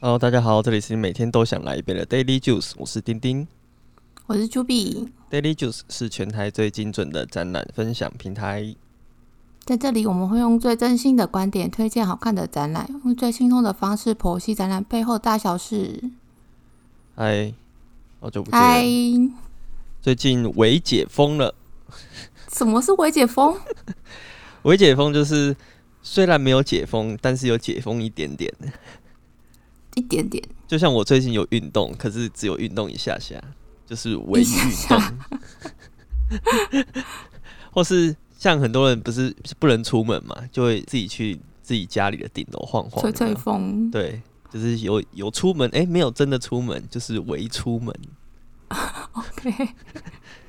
Hello，大家好，这里是每天都想来一遍的 Daily Juice，我是丁丁。我是朱碧， Daily Juice 是全台最精准的展览分享平台。在这里我们会用最真心的观点推荐好看的展览，用最轻松的方式剖析展览背后大小事。嗨，好久不见了，，嗨哎最近微解封了。什么是微解封？微解封就是虽然没有解封，但是有解封一点点。一点点，就像我最近有运动，可是只有运动一下下，就是微一运下动，下或是像很多人不是不能出门嘛，就会自己去自己家里的顶楼晃晃，吹有没吹有风。对，就是有有出门，哎、没有真的出门，就是围出门。 OK，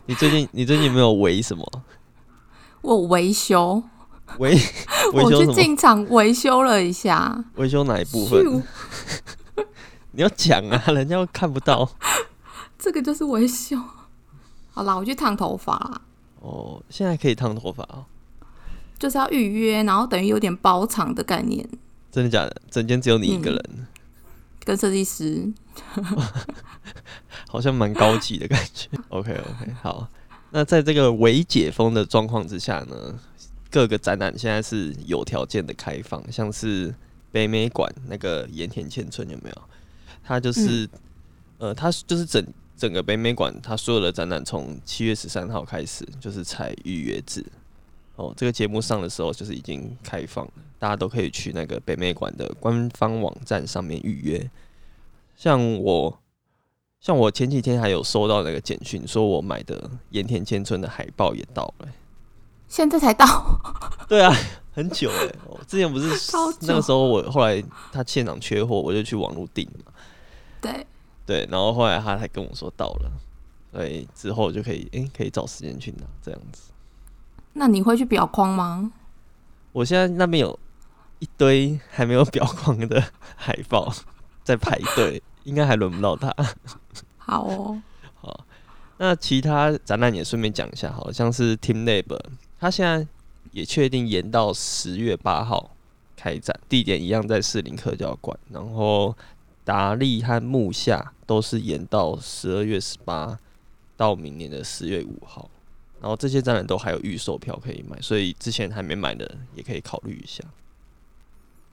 你最近你最近有没有围什么？我维修， 围维我修去什么？进厂维修了一下。维修哪一部分？咻，你要讲啊，人家会看不到。这个就是维修。好啦，我去烫头发啦，哦，现在可以烫头发哦，就是要预约，然后等于有点包场的概念，真的假的？整间只有你一嗯个人，跟设计师好像蛮高级的感觉。OK OK，好。那在这个未解封的状况之下呢，各个展览现在是有条件的开放，像是北美馆那个盐田千春有没有？它就是、呃，它就是整整个北美馆，它所有的展览从七月十三号开始就是采预约制。哦，这个节目上的时候就是已经开放了，大家都可以去那个北美馆的官方网站上面预约。像我，像我前几天还有收到那个简讯，说我买的盐田千春的海报也到了、现在才到，对啊， 很久哎、我之前不是超久那个时候我后来他现场缺货，我就去网络订嘛。对，对，然后后来他才跟我说到了，所以之后就可以诶、可以找时间去拿这样子。那你会去裱框吗？我现在那边有一堆还没有裱 框的海报在排队，应该还轮不到他。好哦，好，那其他展览也顺便讲一下好了，像是 Team Lab，它现在也确定延到十月八号开展，地点一样在士林科教馆，然后达利和木下都是延到十二月十八到明年的十月五号，然后这些展览都还有预售票可以买，所以之前还没买的也可以考虑一下。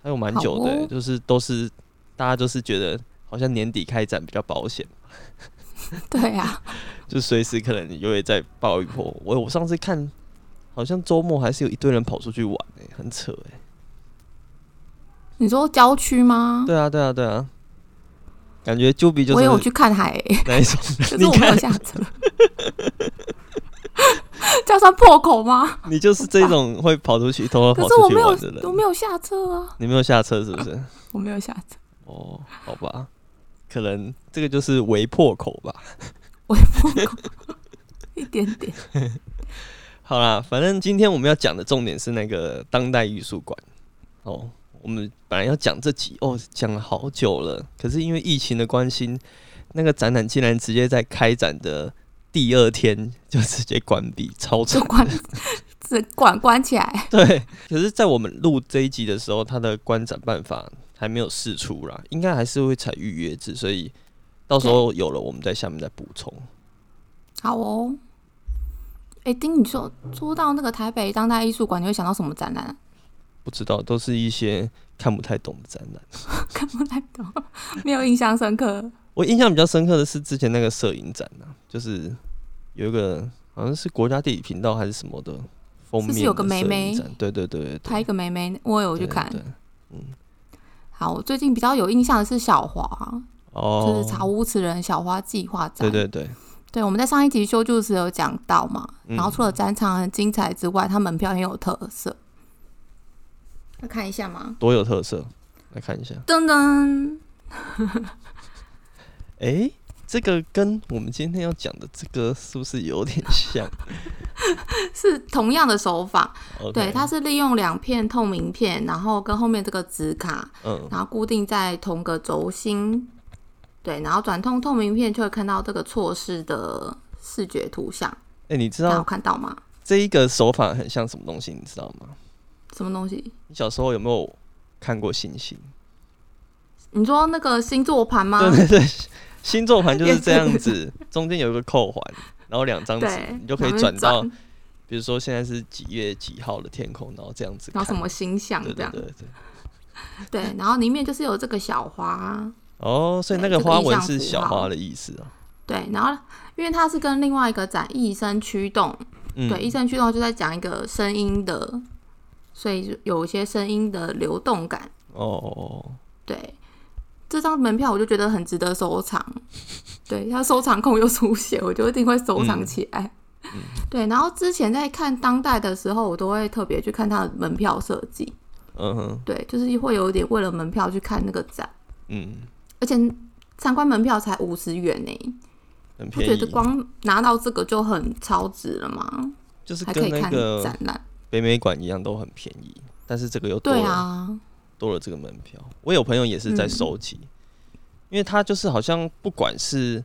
还有蛮久的欸、好哦就是都是大家就是觉得好像年底开展比较保险。 对啊呀、就随时可能你就会再爆一波。我我上次看，好像周末还是有一堆人跑出去玩诶、很扯欸诶、你说郊区吗？对啊，对啊，对啊，感觉 Juby 就我也有是去 看海、欸，那一种 可人，是你我没有看下车。 这样算破口吗？你就是这种会跑出去偷偷可跑是我出去没有玩的，我人，没有下车啊，你没有下车是不是？我没有下车，哦，好吧，可能这个就是围破口吧。我也破口一点点。好啦，反正今天我们要讲的重点是那个当代艺术馆。哦，我们本来要讲这集哦，讲了好久了，可是因为疫情的关系，那个展览竟然直接在开展的第二天就直接关闭，超就惨。关，只管关起来。对，可是，在我们录这一集的时候，它的观展办法还没有释出啦，应该还是会采预约制，所以到时候有了，我们在下面再补充。好哦。哎、丁，你说说到那个台北当代艺术馆，你会想到什么展览啊？ 不知道，都是一些看不太懂的展览。看不太懂，没有印象深刻。我印象比较深刻的是之前那个摄影展啊，就是有一个好像是国家地理频道还是什么的封面的是有个妹妹摄影展对对对对，拍一个妹妹，我有去看对。对好，我最近比较有印象的是小华，就哦是，查无此人小花计划对展。对对，对，我们在上一集修旧时有讲到嘛，嗯然后除了展场很精彩之外，它门票很有特色。要看一下吗？多有特色，来看一下，噔噔，诶，这个跟我们今天要讲的这个是不是有点 像是同样的手法。 ？OK，对，它是利用两片透明片，然后跟后面这个纸卡，嗯，然后固定在同个轴心。对，然后转通透明片就会看到这个错视的视觉图像。诶，你知大家有道看到吗？这一个手法很像什么东西，你知道吗？什么东西？你小时候有没有看过星星？你说那个星座盘吗？对对对，星座盘就是这样 子，中间有一个扣环，然后两张纸对，你就可以然后转到，转比如说现在是几月几号的天空，然后这样子看。然后什么星象对这对样，对对。对，然后里面就是有这个小花，哦，所以那对个这个花意纹象是符小号花的意思啊。对，然后因为它是跟另外一个展《一生驱动》，嗯，对，《一生驱动》就在讲一个声音的，所以就有一些声音的流动感。哦，对，这张门票我就觉得很值得收藏。对，它收藏控又出现，我就一定会收藏起来。 对，然后之前在看当代的时候，我都会特别去看它的门票设计。嗯哼，对，就是会有一点为了门票去看那个展，嗯，而且参观门票才五十元呢、很不便觉得宜，光拿到这个就很超值了吗？就是还可跟以那看个展览。北美馆一样都很便宜，但是这个又多对了啊，多了这个门票。我有朋友也是在嗯收集，因为他就是好像不管是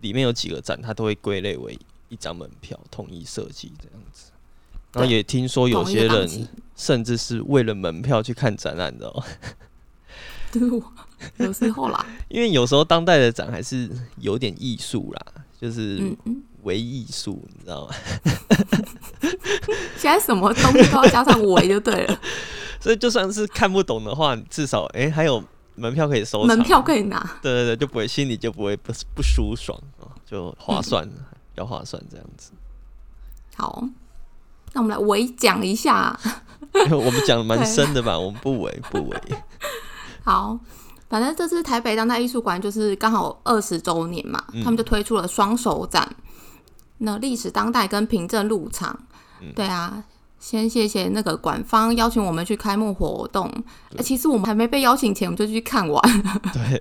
里面有几个站，他都会归类为一张门票，统一设计这样子。然后对也听说有同一些个档人期 嗯甚至是为了门票去看展览的哦，就是我有时候啦，因为有时候当代的展还是有点艺术啦，就是嗯嗯，为艺术，你知道吗？现在什么东西都要加上围就对 了，所以就算是看不懂的话，至少诶还有门票可以收藏，门票可以拿。 对对对，就不会心里就不会不不舒爽啊，就划算，比较划算这样子。 好，那我们来围讲一下。因为我们讲的蛮对深的吧，我们不为不为，好，反正这次台北当代艺术馆就是刚好二十周年嘛，嗯他们就推出了双手展，那历史当代跟凭证入场。嗯对啊，先谢谢那个馆方邀请我们去开幕活动。哎、其实我们还没被邀请前，我们就去看完。 对，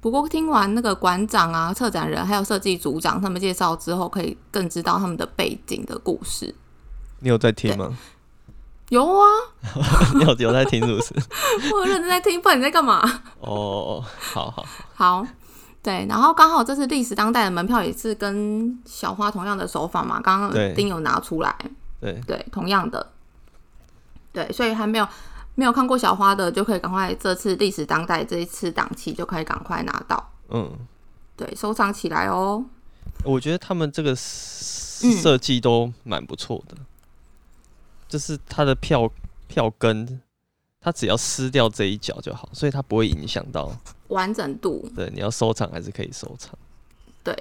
不过听完那个馆长啊、策展人还有设计组长他们介绍之后，可以更知道他们的背景的故事。你有在听吗？有啊，你 有有在听是不 是？我有认真在听，不然你在干嘛？哦，好好，好，对，然后刚好这次历史当代的门票也是跟小花同样的手法嘛，刚对刚丁有拿出来，对，对，同样的，对，所以还没有没有看过小花的，就可以赶快这次历史当代这一次档期就可以赶快拿到，嗯，对，收藏起来哦。我觉得他们这个嗯设计都蛮不错的，就是它的票票根，它只要撕掉这一角就好，所以它不会影响到，完整度，对，你要收藏还是可以收藏，对，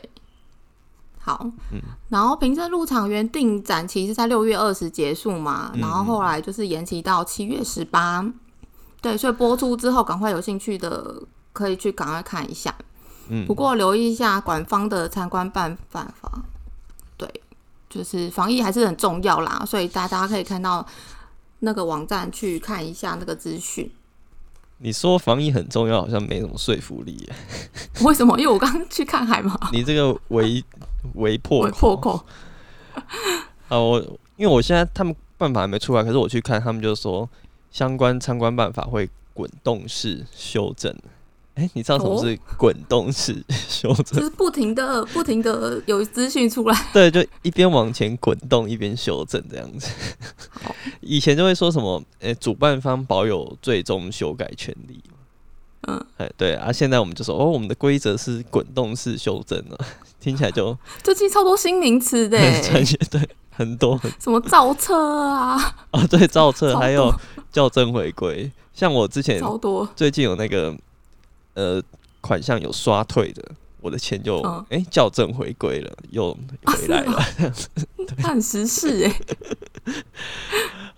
好，嗯然后凭证入场原定展期是在六月二十结束嘛，嗯然后后来就是延期到七月十八，对，所以播出之后赶快有兴趣的可以去赶快看一下，嗯不，过留意一下馆方的参观办办法，对，就是防疫还是很重要啦，所以大家可以看到那个网站去看一下那个资讯。 你说防疫很重要，好像没什么说服力耶，为什么？因为我刚刚去看海嘛，你这个围围破我破口，啊，我因为我现在他们办法还没出来，可是我去看他们就说相关参观办法会滚动式修正。哎、你知道什么哦是滚动式 修正？就是不停的、不停的有资讯出来，对，就一边往前滚动，一边修正这样子。哦 以前就会说什么，哎、主办方保有最终修改权利。嗯，哎，对啊，现在我们就说，哦，我们的规则是滚动式修正了，听起来就最近超多新名词 的欸，专业，对，很多很什么造车 啊，哦，对，造册超还有多校正回归，像我之前超多，最近有那个呃款项有刷退的，我的钱就哎、嗯诶校正回归了，又回来了。它很时事哎、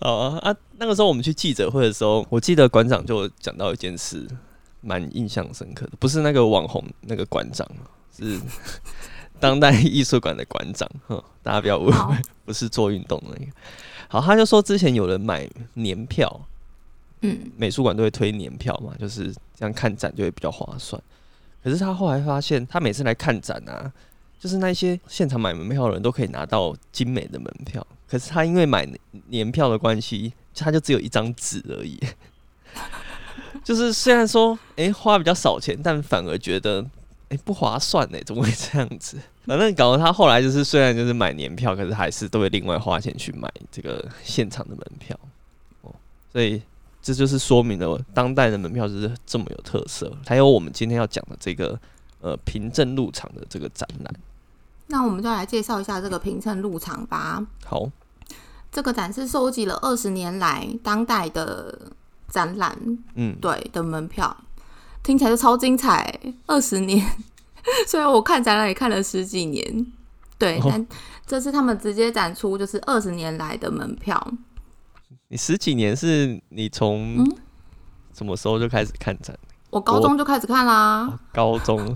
好啊啊！那个时候我们去记者会的时候，我记得馆长就讲到一件事，蛮印象深刻的，不是那个网红那个馆长，是当代艺术馆的馆长。哼，大家不要误好会，不是做运动的那个。好，他就说之前有人买年票，嗯，美术馆都会推年票嘛，就是这样看展就会比较划算。可是他后来发现，他每次来看展啊，就是那些现场买门票的人都可以拿到精美的门票，可是他因为买年票的关系，他就只有一张纸而已。 就是虽然说，诶花比较少钱，但反而觉得，诶不划算呢、怎么会这样子？反正搞得他后来就是，虽然就是买年票，可是还是都会另外花钱去买这个现场的门票。哦，所以这就是说明了当代的门票就是这么有特色，还有我们今天要讲的这个呃凭证入场的这个展览。 那我们就来介绍一下这个凭证入场吧。好，这个展是收集了二十年来当代的展览嗯，对的门票，听起来就超精彩。二十年， 虽然我看展览也看了十几年，对，哦但这次他们直接展出就是二十年来的门票。你十几年是你从嗯什么时候就开始看展？我高中就开始看啦哦， 高 中，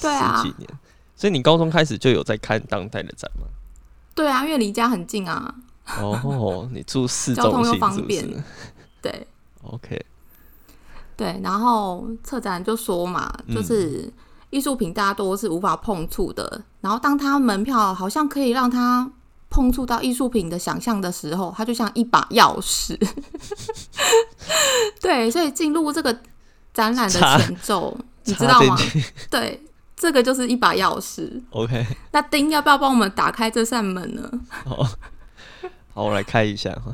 对啊十几年，所以你高中开始就有在看当代的展 吗？对啊，因为离家很近啊，哦，你住市交中通又心方是不便是对？OK，对。然后策展就说嘛，嗯就是艺术品大多是无法碰触的，然后当它门票好像可以让它碰触到艺术品的想象的时候，它就像一把钥匙。 对，所以进入这个展览的插前奏，你知插道进吗？去 对，这个就是一把钥匙。 ，OK，那丁要不要帮我们打开这扇门呢？好，好，我来看一下哈。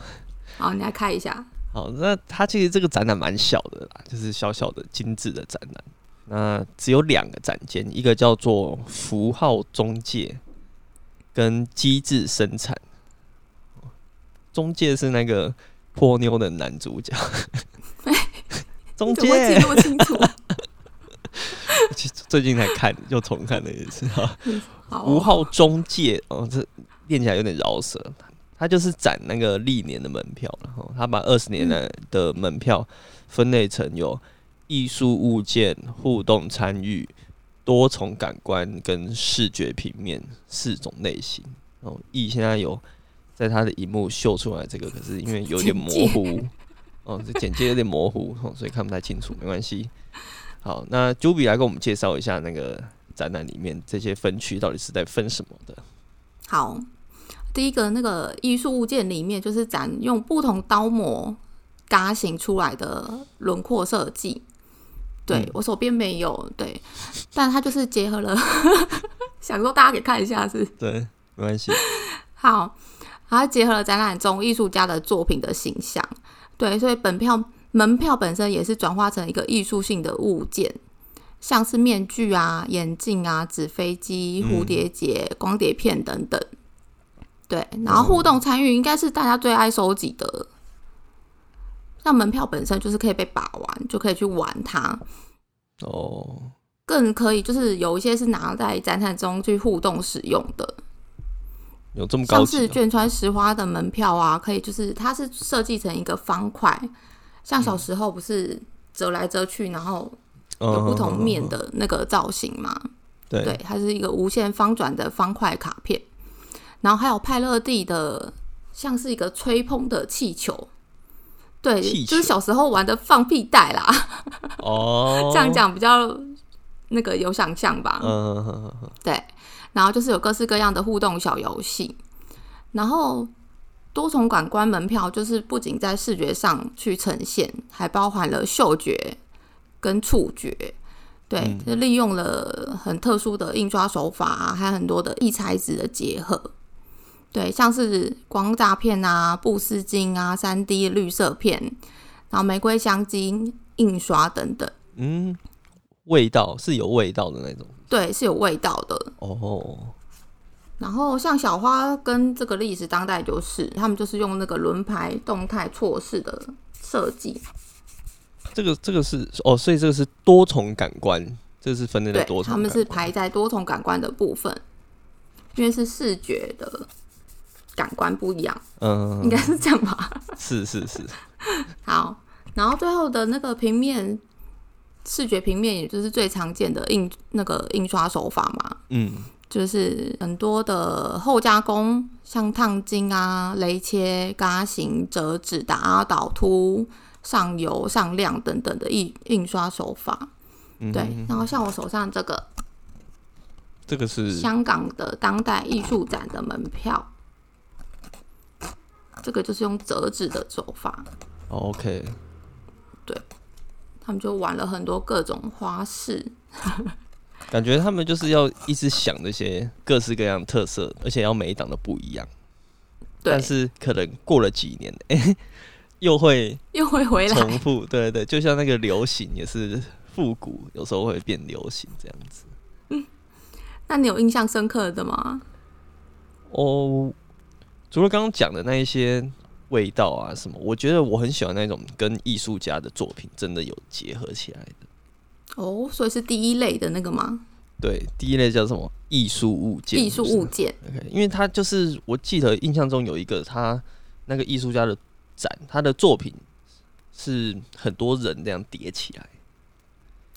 好，你来开一下。好，那它其实这个展览蛮小的啦，就是小小的精致的展览。那只有两个展间，一个叫做符号中介，跟机制生产。中介是那个泼妞的男主 角，中你怎么会介记录清楚？最近才看，又重看了一次哈。好吴哦，号中介哦，这念起来有点饶舌。他就是展那个历年的门票然后他把二十年来嗯的门票分类成有艺术物件、互动参与、多重感官跟视觉平面四种类型。哦，艺现在有在他的荧幕秀出来这个，可是因为有点模糊，哦，这简介有点模糊，哦，所以看不太清楚，没关系。好，那 Juby 来跟我们介绍一下那个展览里面这些分区到底是在分什么的。好。第一个那个艺术物件里面，就是展用不同刀模嘎型出来的轮廓设计。对、嗯我手边没有，对，但它就是结合了， 想说大家可以看一下是对，没关系。好，它结合了展览中艺术家的作品的形象，对，所以本票门票本身也是转化成一个艺术性的物件，像是面具啊、眼镜啊、纸飞机、嗯蝴蝶结、光碟片等等。对，然后互动参与应该是大家最爱收集的。像门票本身就是可以被把玩，就可以去玩它，哦，更可以就是有一些是拿在展览中去互动使用的。有这么高像级是的、卷川石花的门票啊，可以就是它是设计成一个方块，像小时候不是折来折去，然后有不同面嗯嗯。的那个造型嘛？对，对，它是一个无限方转的方块卡片。然后还有派乐蒂的，像是一个吹风的气球。对，气就是球小时候玩的放屁袋啦，哦，这样。讲比较那个有想象吧。嗯哼哼哼对，然后就是有各式各样的互动小游戏，然后多重感官门票就是不仅在视觉上去呈现，还包含了嗅觉跟触觉。对，就利用了很特殊的印刷手法、啊，还有很多的异材质的结合。对，像是光大片啊、布丝巾啊、三 D 绿色片，然后玫瑰香精印刷等等，嗯，味道是有味道的那种。对，是有味道的。哦，然后像小花跟这个历史当代就是，他们就是用那个轮排动态错视的设计，这个这个是哦，所以这个是多重感官，这是分类的对多，重他感官。们是排在多重感官的部分，因为是视觉的感官不一样，嗯，应该是这样吧？是是是，好，然后最后的那个平面视觉平面，也就是最常见的印那个印刷手法嘛，嗯，就是很多的后加工，像烫金啊、雷切、嘎型、折纸、打倒凸、上油、上亮等等的印印刷手法。嗯对，哼然后像我手上这个这个是香港的当代艺术展的门票，这个就是用折纸的手法，哦 OK，他们就玩了很多各种花式。感觉他们就是要一直想这些各式各样的特色，而且要每一档都不一样。对但，是可能过了几年，哎、 又会又会回重来。复，对对对，就像那个流行也是复古，有时候会变流行这样子。那你有印象深刻的吗？哦，除了刚刚讲的那一些味道啊什么，我觉得我很喜欢那种跟艺术家的作品真的有结合起来的。哦，所以是第一类的那个吗？对，第一类叫什么艺术物件？艺术是不物是件。 OK，因为他就是我记得印象中有一个他那个艺术家的展，他的作品是很多人这样叠起来，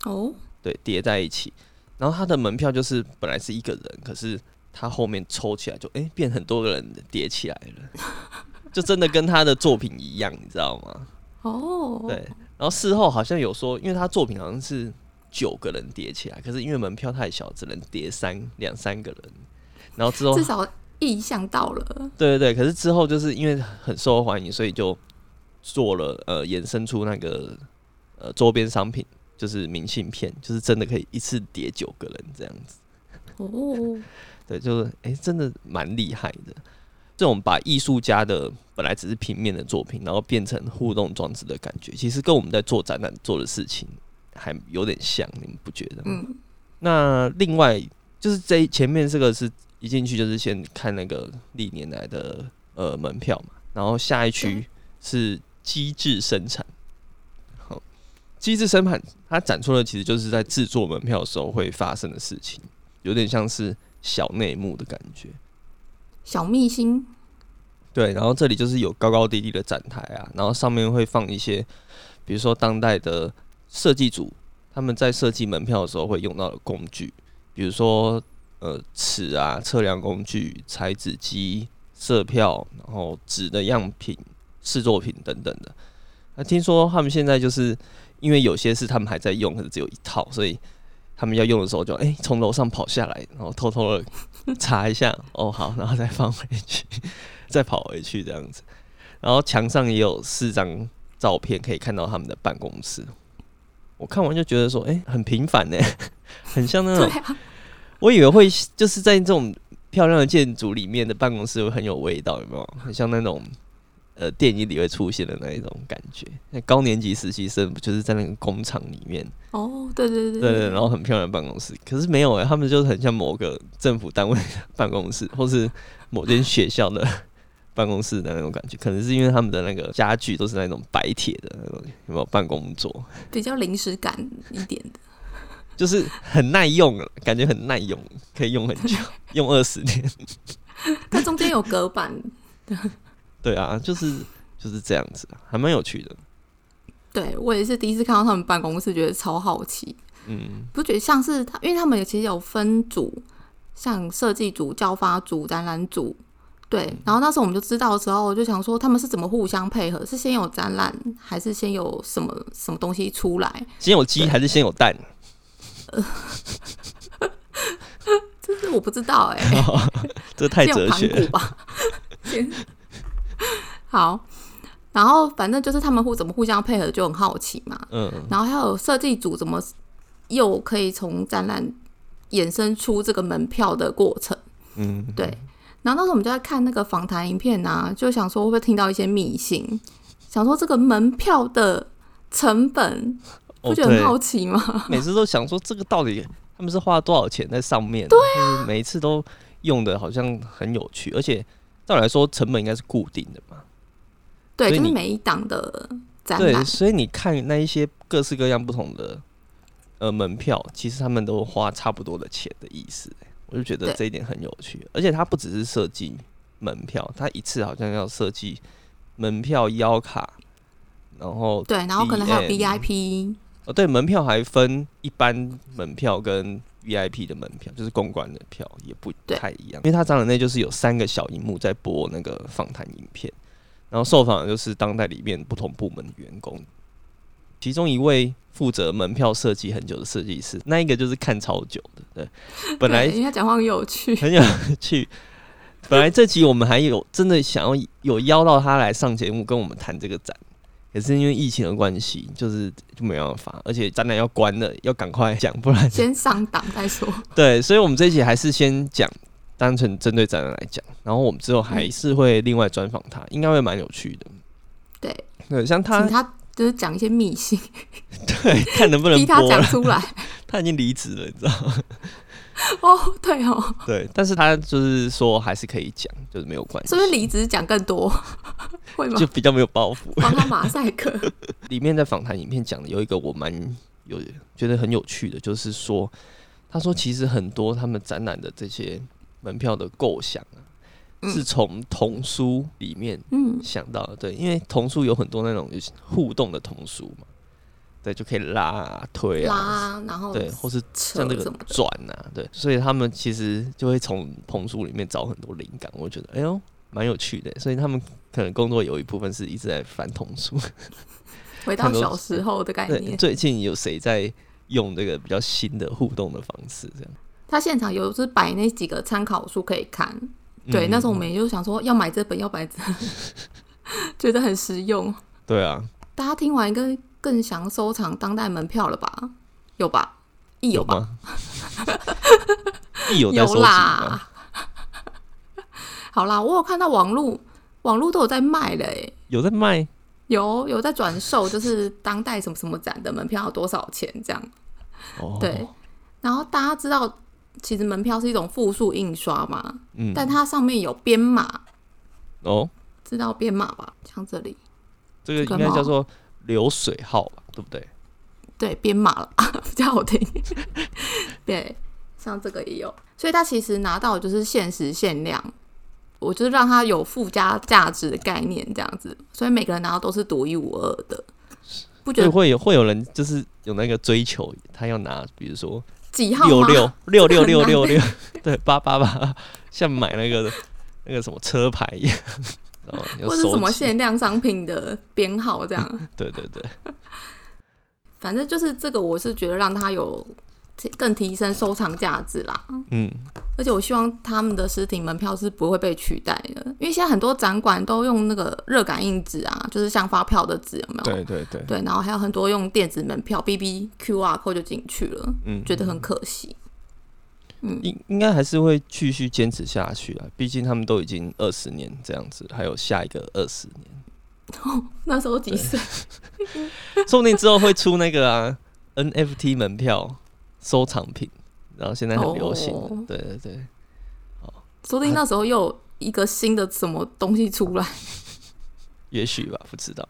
哦，对，叠在一起。然后他的门票就是本来是一个人，可是他后面抽起来就诶变很多个人叠起来了， 就真的跟他的作品一样，你知道吗？哦，对，。然后事后好像有说，因为他作品好像是九个人叠起来，可是因为门票太小，只能叠三两三个人。然后之后至少意想到了。对对对，可是之后就是因为很受欢迎，所以就做了呃衍生出那个呃周边商品，就是明信片，就是真的可以一次叠九个人这样子。哦，对，就是诶，真的蛮厉害的。这种把艺术家的本来只是平面的作品，然后变成互动装置的感觉，其实跟我们在做展览做的事情还有点像，你们不觉得吗？嗯，那另外就是这一前面这个是一进去就是先看那个历年来的呃门票嘛，然后下一区是机制生产。好，机制生产它展出的其实就是在制作门票的时候会发生的事情，有点像是小内幕的感觉。小秘辛。对，然后这里就是有高高低低的展台啊，然后上面会放一些，比如说当代的设计组他们在设计门票的时候会用到的工具，比如说呃尺啊、测量工具、裁纸机、色票，然后纸的样品、试作品等等的。那听说他们现在就是因为有些是他们还在用，可是只有一套，所以他们要用的时候就哎从楼上跑下来，然后偷偷的 查一下，哦好，然后再放回去。再跑回去这样子。然后墙上也有四张照片，可以看到他们的办公室。我看完就觉得说，哎、很平凡呢、很像那对种。啊，我以为会就是在这种漂亮的建筑里面的办公室会很有味道，有没有？很像那种呃电影里会出现的那一种感觉。那高年级实习生不就是在那个工厂里面，哦，对对对对对，然后很漂亮的办公室，可是没有哎、他们就是很像某个政府单位的办公室，或是某间学校的办公室的那种感觉。可能是因为他们的那个家具都是那种白铁的那种，有没有办公桌，比较临时感一点的。就是很耐用，感觉很耐用，可以用很久，用二十年。它中间有隔板，对啊，就是就是这样子，啊还蛮有趣的。对我也是第一次看到他们办公室，觉得超好奇。嗯，不觉得像是他，因为他们也其实有分组，像设计组、教发组、展览组，嗯对。然后那时候我们就知道的时候，我就想说他们是怎么互相配合，是先有展览，还是先有什么什么东西出来？先有鸡还是先有 蛋？这是我不知道哎、这 太这哲种盘学古了。吧。 好，然后反正就是他们互怎么互相配合，就很好奇嘛。嗯，然后还有设计组怎么又可以从展览衍生出这个门票的过程，嗯，对。然后那时候我们就在看那个访谈影片啊，就想说会不会听到一些秘辛，想说这个门票的成本，哦不觉得很对好奇吗？每次都想说这个到底他们是花多少钱在上面？对啊，每一次都用的好像很有趣，而且照理来说成本应该是固定的嘛。对，所以就你是每一档的展对，览，所以你看那一些各式各样不同的呃门票，其实他们都花差不多的钱的意思、我就觉得对这一点很有趣，而且它不只是设计门票，它一次好像要设计门票、邀卡，然后对，然后可能还有 DM VIP，哦，对，门票还分一般门票跟 VIP 的门票，就是公关的票也不对太一样，因为它展览内就是有三个小荧幕在播那个访谈影片，然后受访的就是当代里面不同部门的员工，其中一位负责门票设计很久的设计师，那一个就是看超久的，对，本来对人家讲话很有趣， 很有趣。本来这集我们还有真的想要有邀到他来上节目，跟我们谈这个展，也是因为疫情的关系，就是就没办法，而且展览要关了，要赶快讲，不然先上档再说。对，所以我们这一集还是先讲，单嗯纯针对展览来讲，然后我们之后还是会另外专访他，应该会蛮有趣的。对，对，像他请，他就是讲一些秘辛，对， 看能不 能逼他播讲了。出来。他已经离职了，你知道吗？ 哦，对哦，对，但是他就是说还是可以讲，就是没有关系是不，是离职讲 更多？会吗就？比较没有包袱。帮他马赛克。 里面在访谈影片讲的有一个我蛮有觉得很有趣的，就是说，他说其实很多他们展览的这些门票的构想啊，嗯是从童书里面嗯，想到的，对，因为童书有很多那种互动的童书嘛，对，就可以拉啊、推啊，拉，然后对，或是扯像这个什么的。转啊，对，所以他们其实就会从童书里面找很多灵感，我觉得哎呦蛮有趣的，所以他们可能工作有一部分是一直在翻童书。回到小时候的概对，念，最近有谁在用这个比较新的互动的方式？这样他现场有就是摆那几个参考书可以看。对，嗯那时候我们也就想说要买这本，要买这本， 觉得很实用。对啊，大家听完应该更想收藏当代门票了吧？有吧？亦有吧？吗？亦有在收集吗？ 啦。 好啦，我有看到网络，网络都有在卖嘞、有在卖？有有在转售，就是当代什么什么展的门票多少钱这样。哦，对，然后大家知道，其实门票是一种复数印刷嘛，嗯，但它上面有编码，哦，知道编码吧？像这里，这个这个应该吗叫做流水号吧，对不对？对，编码了， 比较 好听。对，像这个也有，所以它其实拿到的就是限时限量，我就是让它有附加价值的概念这样子，所以每个人拿到都是独一无二的，不觉所以得会有会有人就是有那个追求，他要拿，比如说几号六吗？六六六六很六 六，对，八八八，像买那个那个什么车牌一样，然后要或是什么收集限量商品的编号这样，对对对，反正就是这个，我是觉得让它有提更提升收藏价值啦。嗯，而且我希望他们的实体门票是不会被取代的，因为现在很多展馆都用那个热感应纸啊，就是像发票的纸，有没有？对对，哦对，然后还有很多用电子门票 B B Q R code 就进去了，嗯，觉得很可惜。嗯，应应该还是会继续坚持下去啊，毕竟他们都已经二十年这样子，还有下一个二十年，那时候几岁？ 说不定之后会出那个啊 NFT 门票收藏品，然后现在很流行的哦对对对，说不定那时候又有一个新的什么东西出来。也许吧，不知道。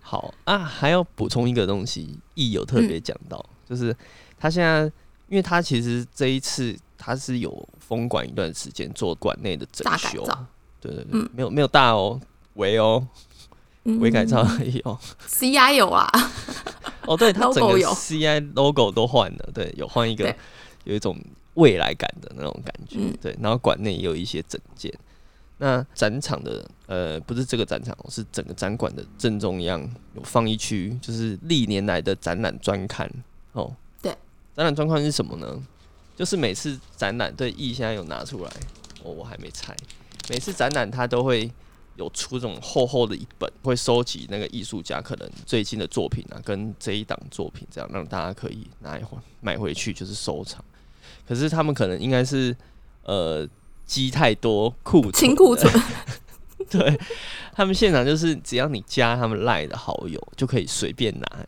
好啊，还要补充一个东西，亦有特嗯别讲到，就是他现在，因为他其实这一次他是有封馆一段时间做馆内的整大改修造，对对对，嗯没有没有大哦，围哦，嗯围改造而已哦。 C I 有啊，哦，对，它整 Logo 个有 CI logo 都换了，对，有换一个对有一种未来感的那种感觉，嗯对。然后馆内也有一些整件，那展场的呃，不是这个展场哦，是整个展馆的正中央有放一区，就是历年来的展览专刊哦。对，展览专刊是什么呢？就是每次展览，对，易现在有拿出来，哦，我还没拆。每次展览它都会有出这种厚厚的一本，会收集那个艺术家可能最近的作品啊，跟这一档作品这样，让大家可以拿来还买回去就是收藏。可是他们可能应该是呃积太多库存，清库存， 对他们现场就是只要你加他们赖的好友就可以随便拿、欸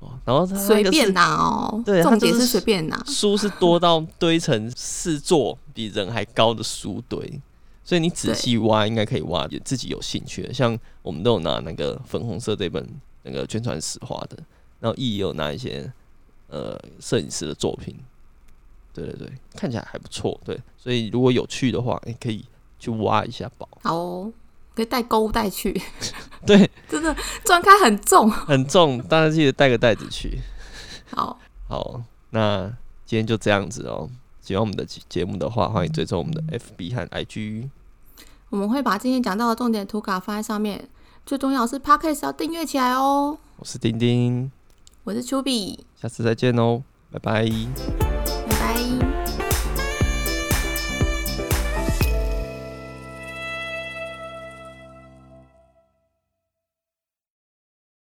哦，然后他随便拿拿哦。对它重点就是是随便拿。书是多到堆成四座比人还高的书堆。所以你仔细挖，应该可以挖自己有兴趣的。像我们都有拿那个粉红色这本那个宣传史画的，然后亦也有拿一些呃摄影师的作品，对对对，看起来还不错。对，所以如果有趣的话，你、哎可以去挖一下宝。 好哦，可以带购物袋去，对，真的专开很重。很重，大家记得带个袋子去。好，好，那今天就这样子哦。喜欢我们的节节目的话，欢迎追踪我们的 FB 和 IG。我们会把今天讲到的重点图卡放在上面，最重要的是 podcast 要订阅起来哦。我是丁丁，我是丘比，下次再见哦，拜拜。拜。